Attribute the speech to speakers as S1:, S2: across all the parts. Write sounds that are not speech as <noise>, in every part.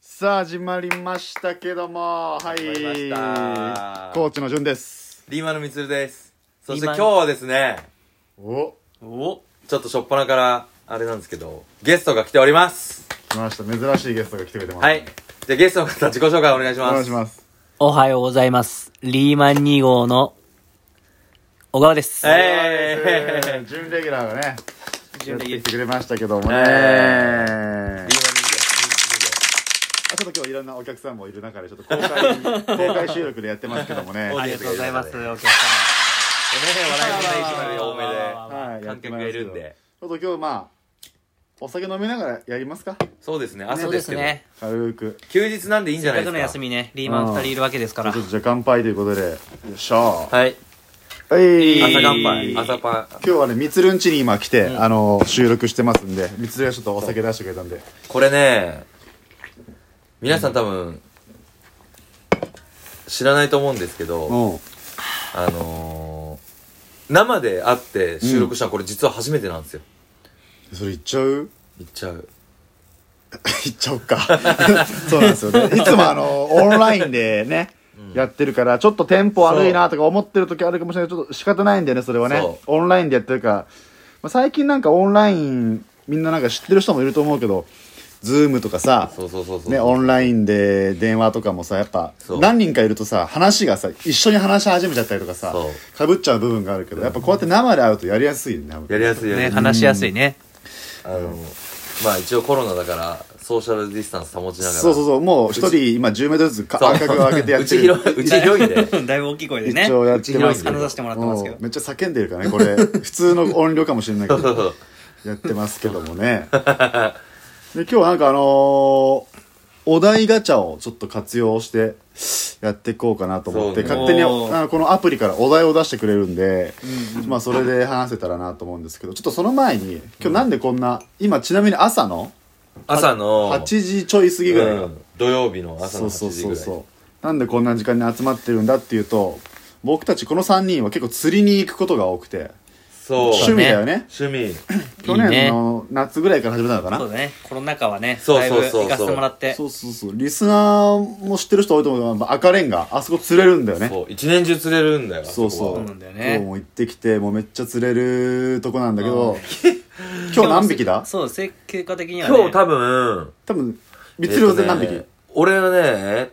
S1: さあ始まりましたけどもはい
S2: 始まりました
S1: コーチの順です
S2: リーマンのみつるです。そして今
S3: リーマン
S2: 日はですね、
S1: お
S3: お
S2: ちょっとしょっぱなから、あれなんですけど、ゲストが来ております。
S1: 来ました珍しいゲストが来てくれてます
S2: はい。じゃあゲストの方、自己紹介お願いし
S1: お
S2: ます。
S1: 願いします
S3: おはようございます。リーマン2号の小川です。
S2: えー、
S1: えー準レギュラーがねや
S3: 準
S1: って
S3: レギュラー
S1: きてくれましたけどもね、
S2: えリーマン
S1: ちょっと今日いろんなお客さんもいる中でちょっと公開公開収録でやってますけどもね
S3: あ
S1: はい
S3: りがとうございます、お客
S2: 2号。ね、笑いのね、一番
S3: 様。
S1: やってます
S2: 多めで、観客がいるんで。
S1: ちょっと今日まあお酒飲みながらやりますか
S2: そうですね、朝
S3: そう
S2: で
S3: ですす
S2: けど、
S3: ね。
S1: 軽く
S2: 休日なんでいいんじ
S3: せ
S2: ゃ
S3: っ
S2: ないで
S3: か
S2: す
S3: くの
S2: か。
S3: 休みね、リーマン2人いるわけですか
S1: ちょっ
S3: ら
S1: と。じゃあ乾杯ということでよっしゃーは
S2: はい。
S1: い
S2: 朝
S3: 乾
S2: 乾
S3: え
S2: 杯、
S3: ー
S2: 朝パン。
S1: 今日はねみつるんちに今来て、あの収録してますんでみつるがちょっとお酒出してくれたんで
S2: これね、皆さん多分、知らないと思うんですけど、
S1: うん
S2: あのー、生で会って収録したのこれ実は初めてなんですよ。
S1: それ言っちゃう <laughs>
S2: 言っちゃう。
S1: 言っちゃおうか <laughs> そうなんですよねいつもあのオンラインでね、やってるからちょっとテンポ悪いなとか思ってる時あるかもしれないけどちょっと仕方ないんだよねそれはね
S2: そ
S1: オンラインでやってるから、まあ、最近なんかオンラインみんななんか知ってる人もいると思うけどズームとかさ
S2: そうそうそうそう。
S1: ね、オンラインで電話とかもさやっぱ
S2: そう
S1: 何人かいるとさ話がさ一緒に話し始めちゃったりとかさ
S2: そ
S1: かぶっちゃう部分があるけどやっぱこうやって生で会うとやりやすいよね多分
S2: やりやすいよ
S3: ね、
S2: ね。
S3: 話しやすいね。
S2: あの、まあ一応コロナだから、ソーシャルディスタンス保ちながら。
S1: そうそうそうもう一人今1 0ルずつか間隔を空けてや
S2: う
S1: って
S2: ち
S1: る
S2: 広い、うち広いんで。
S3: <laughs> だいぶ大きい声でね。
S1: 一応やってますけ
S3: 話
S1: ど
S3: させてもらってますけど
S1: うん。めっちゃ叫んでるからねこ
S2: <laughs>
S1: れ普通の音量かもしれないけ
S2: そう
S1: ど
S2: そう
S1: やってますけどもねで今日はなんかあのーお題ガチャをちょっと活用してやっていこうかなと思って、
S2: そうね
S1: 勝手にあ
S3: おー
S1: のこのアプリからお題を出してくれるんで、まあそれで話せたらなと思うんですけどちょっとその前に今日なんでこんな、今ちなみに朝の
S2: 朝の、
S1: 8時ちょい過ぎぐらいか、
S2: うん土曜日の朝
S1: そ
S2: の
S1: うそ
S2: 8
S1: う
S2: 時
S1: そう
S2: ぐらい。
S1: そうなんでこんな時間に集まってるんだっていうと僕たちこの3人は結構釣りに行くことが多くて
S2: そう
S1: 趣味だよね
S2: 趣味。
S1: 去年の夏ぐらいから始めたのかな
S3: そうだね。コロナ禍はね、
S2: そう
S3: だい
S2: そう
S3: ぶ
S2: そうそう
S3: 行かせてもらって。
S1: そうそうそうリスナーも知ってる人多いと思うけどまあ赤レンガあそこ釣れるんだよね
S2: そう、一年中釣れるんだよ。
S1: そうそう
S2: あこ
S3: そう
S2: は
S3: なんだよね
S1: 今日も行ってきてもうめっちゃ釣れるとこなんだけど <laughs> 今日何匹だ
S3: そう、せ結果的にはね。
S2: 今日多分、
S1: 多分三つ両で何匹、
S2: えっとね俺はね、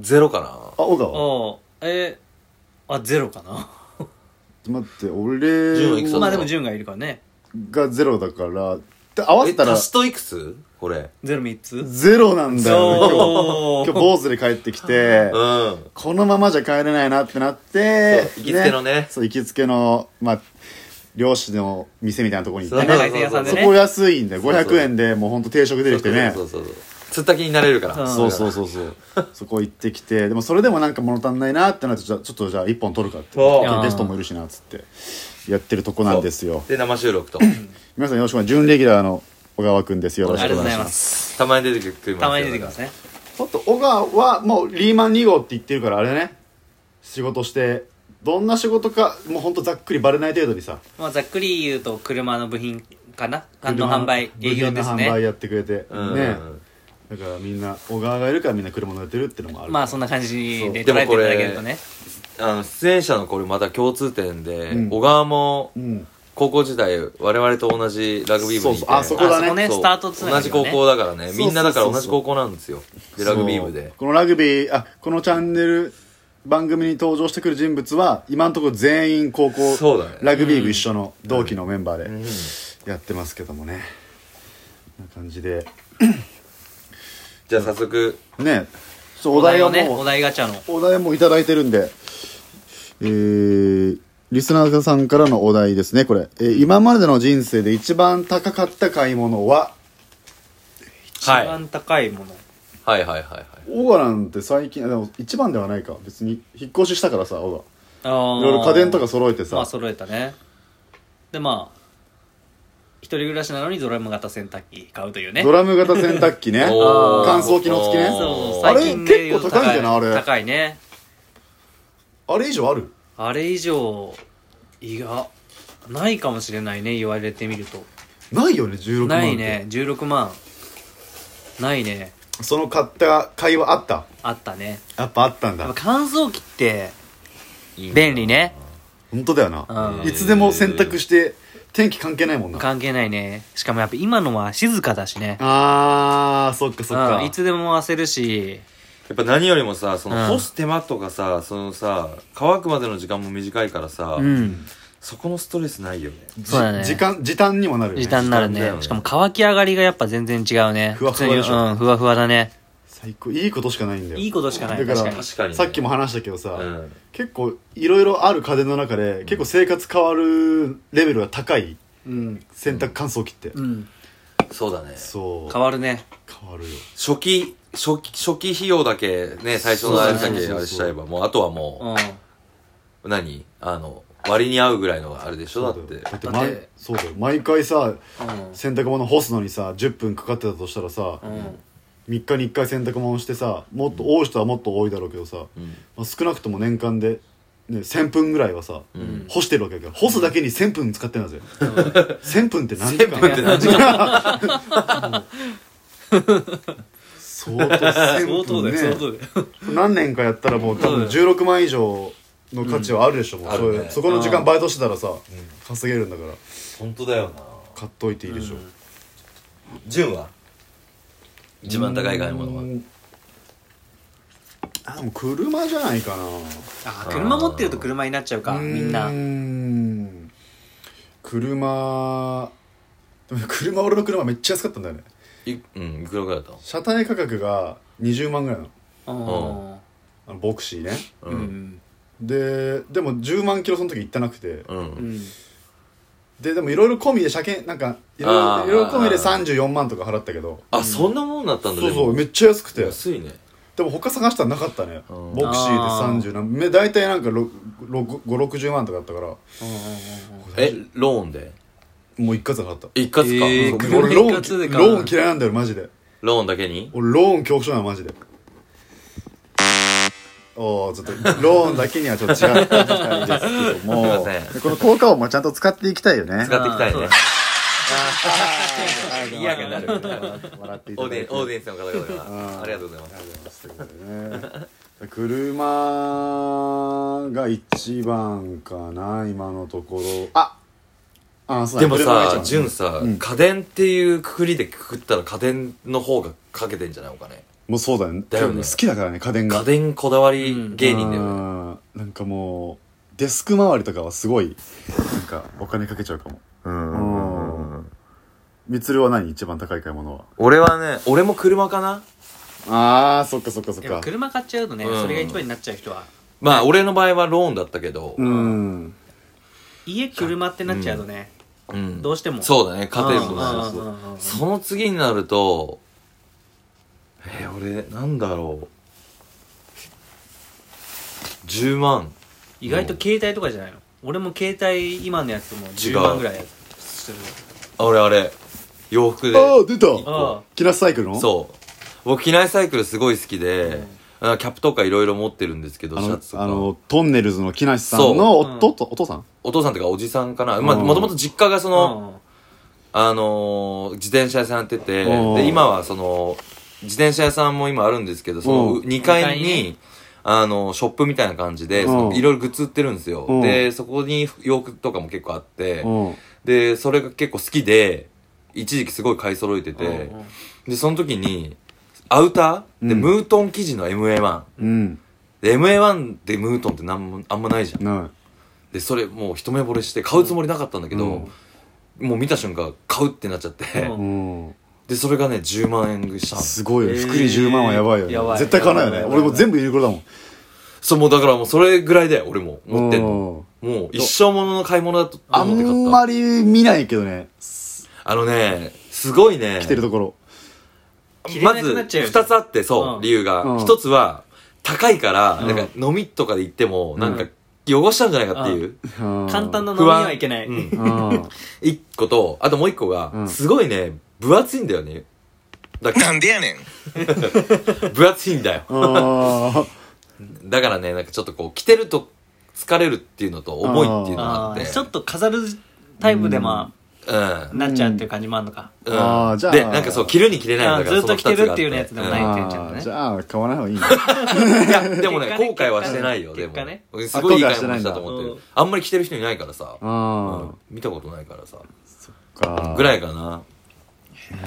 S2: ゼロかな。
S1: あ小川
S3: おうえー、あ、ゼロかな。
S1: 待って
S2: 順位いくつ
S1: 俺
S2: だ
S3: まあでも順がいるからね。
S1: がゼロだからで合わせ
S2: え、
S1: たら
S2: 足すといくつこれ。
S3: ゼロ3つ
S1: ゼロなんだよ、
S3: そ
S1: ね、今
S3: う
S1: 日今日坊主で帰ってきて
S2: うん。
S1: このままじゃ帰れないなってなって
S2: そう行きつけのね
S1: そう行きつけのまあ漁師の店みたいなところに行って
S3: そう
S1: ね
S3: 長い線屋さんで
S1: そ
S3: ね
S1: こ安いんで
S2: そうそう
S1: 500円でもうほんと定食出てきてね
S2: そうそうそうそう釣った気になれるから、
S3: うん
S1: そうそううそうそうそこ行ってきてでもそれでもなんか物足んないなってなってちょちょっとじゃあ1本取るかって
S2: そう
S1: 今日ゲストもいるしなっつってやってるとこなんですよ
S2: で生収録
S3: <laughs>
S2: と
S1: 皆さんよろしくお願い準レギュラーの小川くんですよろ
S3: あ
S1: し
S3: り
S1: く
S3: が
S1: お
S3: とうご
S1: 願いし
S3: ざい
S1: ま
S3: ますす。
S2: たまに出てくる
S3: たまに出てきますね。
S1: ちょっと小川はもうリーマン2号って言ってるからあれね仕事してどんな仕事かもうほんとざっくりバレない程度にさ
S3: まあ、ざっくり言うと車の部品かなあの販売
S1: 車
S3: 営業です
S1: 部品の販売
S3: ね
S1: やってくれて、
S2: うん
S1: ねだからみんな小川がいるからみんな車乗れてるってのもある
S3: まあそんな感じで
S2: そう
S3: 捉えていただけるとね
S2: あの出演者のこれまた共通点で、
S1: うん
S2: 小川も
S1: うん
S2: 高校時代我々と同じラグビー部にい
S1: そ
S2: て
S1: うそうあそこだね
S3: あそこね
S2: そう
S3: スタートつなが
S2: 同
S3: り
S2: じ
S3: だね
S2: 高校だからね
S1: そうそうそうそう
S2: みんなだから同じ高校なんですよでラグビー部
S1: そう
S2: で
S1: このラグビーあこのチャンネル番組に登場してくる人物は今のところ全員高校
S2: そうだね
S1: ラグビー部一緒の同期のメンバーでやってますけどもね、こんな感じで
S2: じゃあ早速
S1: ねちょっとお
S3: お題
S1: 題
S3: を
S1: を
S3: ね
S1: も
S3: お
S1: う
S3: 題ガチャの
S1: お題もいただいてるんで、えー、リスナーさんからのお題ですね、これ。えー今までの人生で一番高かった買い物は、
S3: 一
S2: はい
S3: 番高いもの
S2: はいはいはいはい
S1: オガなんて最近、あでも一番ではないか。別に、引っ越ししたからさ、オ
S3: い
S1: ガ。
S3: ろ
S1: いろいろ家電とか揃えてさ、
S3: まあ揃えたねでまあ一人暮らしなのにドラム型洗濯機買うというね
S1: ドラム型洗濯機
S3: <laughs>
S1: ね。
S2: おー
S1: 乾燥機能付きね
S2: おー
S3: そうそう
S1: あれ
S3: 最近で言うと
S1: 結構高いんじゃないあれ
S3: 高いね
S1: あれ以上ある
S3: あれ以上いやないかもしれないね言われてみると
S1: ないよね、16万。
S3: ないね。16万ないね
S1: その買った会話あった
S3: あったね
S1: やっぱあったん
S3: や
S1: だ
S3: っぱ乾燥機って
S2: いいな
S3: 便利ね
S1: 本当だよな
S3: うん
S1: いつでも洗濯して天気関係ないもんな
S3: 関係ないねしかもやっぱ今のは静かだしね
S1: あーそっかそっか
S3: うんいつでも焦るし
S2: やっぱ何よりもさそ
S3: うん
S2: の干す手間とかさ、そのさ乾くまでの時間も短いからさ、
S3: うん
S2: そこのストレスないよね
S1: じ
S3: そうだね
S1: 時間時短にもなるよね
S3: 時短になる
S2: 時短だよ
S3: ね
S2: ね
S3: しかも乾き上がりがやっぱ全然違うね
S1: ふわふわでしょ
S3: 普通にうんふわふわだね
S1: 最高いいことしかないんだよ
S3: いいことしかな
S1: だ
S3: い確
S1: か
S3: からに
S2: 確かにね
S1: さっきも話したけどさ、
S2: うん
S1: 結構いろいろある家電の中で結構生活変わるレベルが高い
S3: うん
S1: 洗濯乾燥機って、
S3: うん
S2: そうだね
S1: そう
S3: 変わるね
S1: 変わるよ
S2: 初期初期初期費用だけね最初のあれだけあれしちゃえばもうあとは
S3: う
S2: も
S3: ん
S2: う、何あの割に合うぐらいのあれでしょだって
S1: だって
S3: だって
S1: 毎そうだよ毎回さ
S3: うん
S1: 洗濯物干すのにさ10分かかってたとしたらさ、
S3: うん
S1: 3日に1回洗濯物してさもっと多い人はもっと多いだろうけどさ、
S2: うん
S1: まあ、少なくとも年間で、ね、1000分ぐらいはさ、
S2: ん
S1: 干してるわけだから干すだけに1000分使ってるんだぜ、1000分って何時
S2: 1000
S1: 間
S2: 分って何時間
S1: 相当1000分、ね、
S3: 相当だよ相当だよ
S1: 何年かやったらもう多分16万以上の価値はあるでしょ、もう
S2: あ
S1: そ
S2: る
S1: う
S2: ね
S1: いうそこの時間バイトしてたらさ、稼げるんだから
S2: <laughs> 本当だよな
S1: 買っといていいでしょ、
S2: 純は一番高い買い物は
S1: うんあでも車じゃないかな
S3: あー車持ってると車になっちゃうかみんな
S1: うーん車でも車俺の車めっちゃ安かったんだよね
S2: いうんいくらぐらいだっ
S1: 車体価格が20万ぐらいなの
S3: うん
S1: あのボクシーね
S2: た
S3: う
S2: うん
S3: ん
S1: ででも10万キロその時行ってなくて
S2: うん、
S3: うん
S1: ででもいろいろ込みで車検なんかい
S2: あ
S1: ろ
S2: ー
S1: いろ込みで34万とか払ったけど
S2: あそんなもんだったんだ
S1: そう
S2: で
S1: そ
S2: も
S1: うめっちゃ安くて
S2: 安いね
S1: でも他探したらなかったね
S2: うん
S1: ボクシーで30何め大体なんか560万とかだったから
S2: えローンで
S1: もう一括払った
S2: 一括か、
S3: えー
S2: そう
S1: 俺
S3: 車
S1: ロ
S3: 一
S1: ー
S3: 括で
S1: ン
S3: か
S1: ローン嫌いなんだよマジで
S2: ローンだけに
S1: 俺ローン恐怖症なのマジでおおちょっとローンだけにはちょっと違うですけど
S2: <laughs> すいま
S1: も
S2: せん
S1: でこの効果音もちゃんと使っていきたいよね
S2: 使っていきたいね
S1: はい <laughs>
S2: 嫌がなる
S1: 笑ってい
S2: オ
S1: た
S2: ー
S1: だいて
S2: ディオーディエンスの方々
S1: あ
S2: が
S1: ー
S2: ありがとうございま
S1: あ
S2: す
S1: りがとうございますという <laughs> ことでね車が一番かな今のところああそう
S2: で
S1: だ
S2: も
S1: 車が一
S2: さ
S1: 番
S2: 潤さ、
S1: うん
S2: 家電っていうくくりでくくったら家電の方がかけてんじゃないお金
S1: もうそうだね
S2: だよね
S1: 好きだからね家電が
S2: 家電こだわり芸人だよね、
S1: よねなんかもうデスク周りとかはすごいなんかお金かけちゃうかもうんみつるは何一番高い買い物は
S2: 俺はね俺も車かな
S1: ああそっかそっかそっ
S3: やっぱ
S1: か
S3: 車買っちゃうとね
S2: うん
S3: それが一番になっちゃう人は
S2: まあ俺の場合はローンだったけど、
S1: うん
S3: 家車ってなっちゃうとね
S2: うん
S3: どうしても
S2: そうだね家庭
S3: うん
S2: も
S3: うん
S2: そうそ
S3: う
S2: うん
S3: うん
S2: その次になるとえー、俺なんだろう10万
S3: 意外と携帯とかじゃないの俺も携帯今のやつも10万ぐらいする
S2: あ俺あれ洋服で
S1: ああ出た
S3: あ
S1: キラスサイクルの
S2: そう僕機内サイクルすごい好きで、あのキャップとかいろいろ持ってるんですけど
S1: あ
S2: シャ
S1: の
S2: ツとか
S1: あのトンネルズの木梨さんの
S3: そう
S1: お父とお父さん
S2: お父さんとかおじさんかなまあ
S1: うん
S2: もともと実家がその、
S3: あ
S2: あのー自転車屋さんやってて
S1: うん
S2: で今はその自転車屋さんも今あるんですけどその
S1: うん
S2: 2階
S3: 二階
S2: にあのショップみたいな感じ
S1: う
S2: で
S1: ん
S2: そのいろいろグッズ売ってるんですよ
S1: うん
S2: でそこに洋服とかも結構あって
S1: うん
S2: でそれが結構好きで一時期すごい買い揃えてて
S3: うんうん
S2: でその時にアウターで
S1: うん
S2: ムートン生地の MA1
S1: うん
S2: で MA1 でムートンってなんもあんまないじゃん
S1: な
S2: でそれもう一目惚れして買うつもりなかったんだけど、もう見た瞬間買うってなっちゃって、
S1: い
S3: うん
S1: うん
S2: でそれがね10万円したの
S1: すごいよ
S3: えー
S1: 福利10万はやばいよね
S3: やばい
S1: 絶対買わないよね
S3: やばいやばい
S1: 俺も全部ユニクロだもん
S2: そうもうだからもうそれぐらいだよ俺も持ってんの
S1: うん
S2: もう一生ものの買い物だと
S1: あ
S2: 思って買
S1: ん
S2: った
S1: まり見ないけどね
S2: あのねすごいね
S1: 来てるところ
S3: 着れ
S2: ま
S3: な
S2: ず
S3: くなっちゃうよね
S2: 2つあってそう、
S3: うん
S2: 理由
S1: う
S2: が
S1: ん
S2: 一つは高いから、
S1: うん
S2: なんか飲みとかで行っても、
S1: ん
S2: なんか汚しちゃうんじゃないかっていう、
S1: 簡
S3: 簡単な飲み
S2: 不安
S3: はいけない
S2: うん
S1: うん
S2: 一個と、あともう一個が、
S1: うん
S2: すごいね、分厚いんだよね。なんでやねん <laughs> 分厚いんだよ。
S1: あ
S2: だからね、なんかちょっとこう、着てると疲れるっていうのと、重いっていうのがあ
S3: あ
S2: っ
S3: ー
S2: て。
S3: ちょっと飾るタイプでまあ
S2: うん。
S3: なっちゃうっていう感じもあるのか、
S2: うん
S1: あーじゃあ
S2: で、なんかそう、着るに着れない
S3: あ
S2: の
S3: ー
S2: が
S3: ずっと着てるっていうね
S2: その二つが
S3: やつで
S2: あ
S3: も
S2: っ
S3: な
S1: あ
S2: て
S3: いっていうちゃんと
S1: ー
S3: ね
S1: じゃあ買わない方がいいね
S2: いや、でもね、
S3: 結果ね
S2: 後悔はしてないよ、で
S3: 結
S2: も
S3: 果ね。
S2: 俺すごいいい買い物したと
S3: あ後悔はしてないんだ
S2: 思っ
S3: う
S2: て
S3: ん
S2: る。あんまり着てる人いないからさ。
S1: あ
S2: うん見たことないからさ。
S1: あか
S2: ぐら
S1: い
S2: いかな。
S1: ね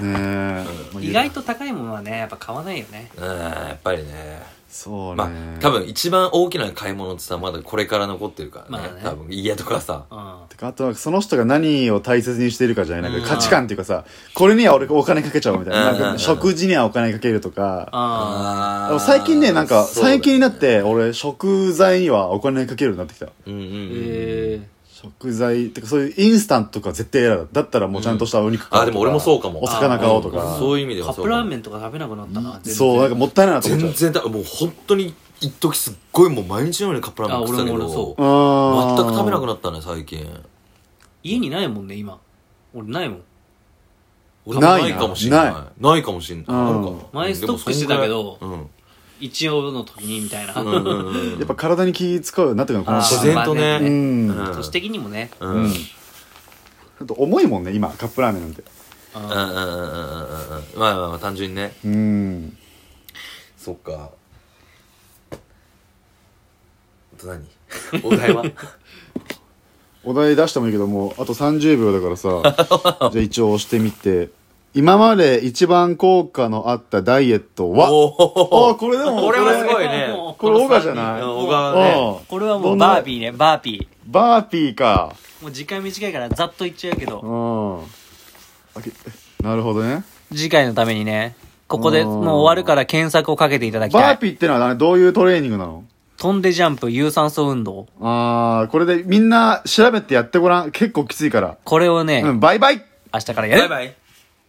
S1: え
S3: 意外と高いものはねやっぱ買わないよね
S2: うん、やっぱりね。
S1: そうね
S2: まあ、多分一番大きな買い物ってさ、まだこれから残ってるから
S3: まあ
S2: ね。
S3: ね
S2: 多分家とかさ。
S3: うん
S1: てかあとはその人が何を大切にしているかじゃないなん
S2: うん
S1: か価値観っていうかさこれには俺お金かけちゃうみたいな
S2: うん
S1: なんか食事にはお金かけるとか
S3: あ
S1: でも最近ねなんか最近になっ。
S2: そうだよね
S1: て俺食材にはお金かけるようになってきた
S2: うんう
S3: ー
S2: んうん。
S3: え
S1: 食材ってかそういうインスタントとか絶対嫌だだったらもうちゃんとしたお肉買おうとか
S2: あ、でも俺もそうかも。
S1: お魚買おうと
S2: ん
S1: か
S2: そういう意味で
S3: ー、
S2: は
S3: カ
S2: そう
S3: ップラーメ
S2: ン。
S3: ンとか食べなくなったな
S1: そうなんかもったいないなと思っちゃ
S2: 全
S1: う
S2: 然だ、もう本当に、一時すっごいもう毎日のようにカップラーメン食ってたけ
S3: あ俺も俺も
S2: ど
S3: そ、
S2: 全く食べなく
S1: な
S2: なったね、最近。
S3: 家にないもんね今俺ないもん
S2: 俺も
S1: ないな
S2: ないかもしれない
S1: な
S2: ないないかもしれない、
S1: うん
S2: あるか
S3: 前ストックしてたけど
S2: でも
S3: 一応の時にみたいな、
S2: そんぐらいうんうんうんうんうん
S1: やっぱ体に気使うようになってくるのこの
S3: あー
S2: 自然と
S3: ま
S2: ね
S3: あね
S1: うん
S2: うん
S3: 年的にもね
S2: うん
S1: うんちょっと重いもんね今カップラーメンなんて
S3: うん
S2: うんうんうんうんうんうんまあまあまあ単純にね
S1: うん
S2: そっかあと何 <laughs> お題は
S1: お題出してもいいけどもうあと30秒だからさじゃあ一応押してみて今まで一番効果のあったダイエットは
S2: お
S1: あ
S2: お
S1: これでも
S2: これはすごいね
S3: もう
S1: これオガじゃ
S3: この
S1: ない
S2: 小川ね
S1: うん
S3: これはも
S1: ど
S3: うん
S1: な
S3: バービーねバービ
S1: バーピーか
S3: ーもう時間短いからざっと言っちゃうけど
S1: うんあけなるほどね
S3: 次回のためにね、ここで
S1: うん
S3: もう終わるから検索をかけていただきた
S1: バ
S3: い。
S1: ーピーってのはどういうトレーニングなの
S3: 飛んでジャンプ、有酸素運動。
S1: ああこれでみんな調べてやってごらん結構きついから
S3: これをね、
S1: うんバイバイ
S3: 明日からや
S2: バイ
S3: る。
S2: バイ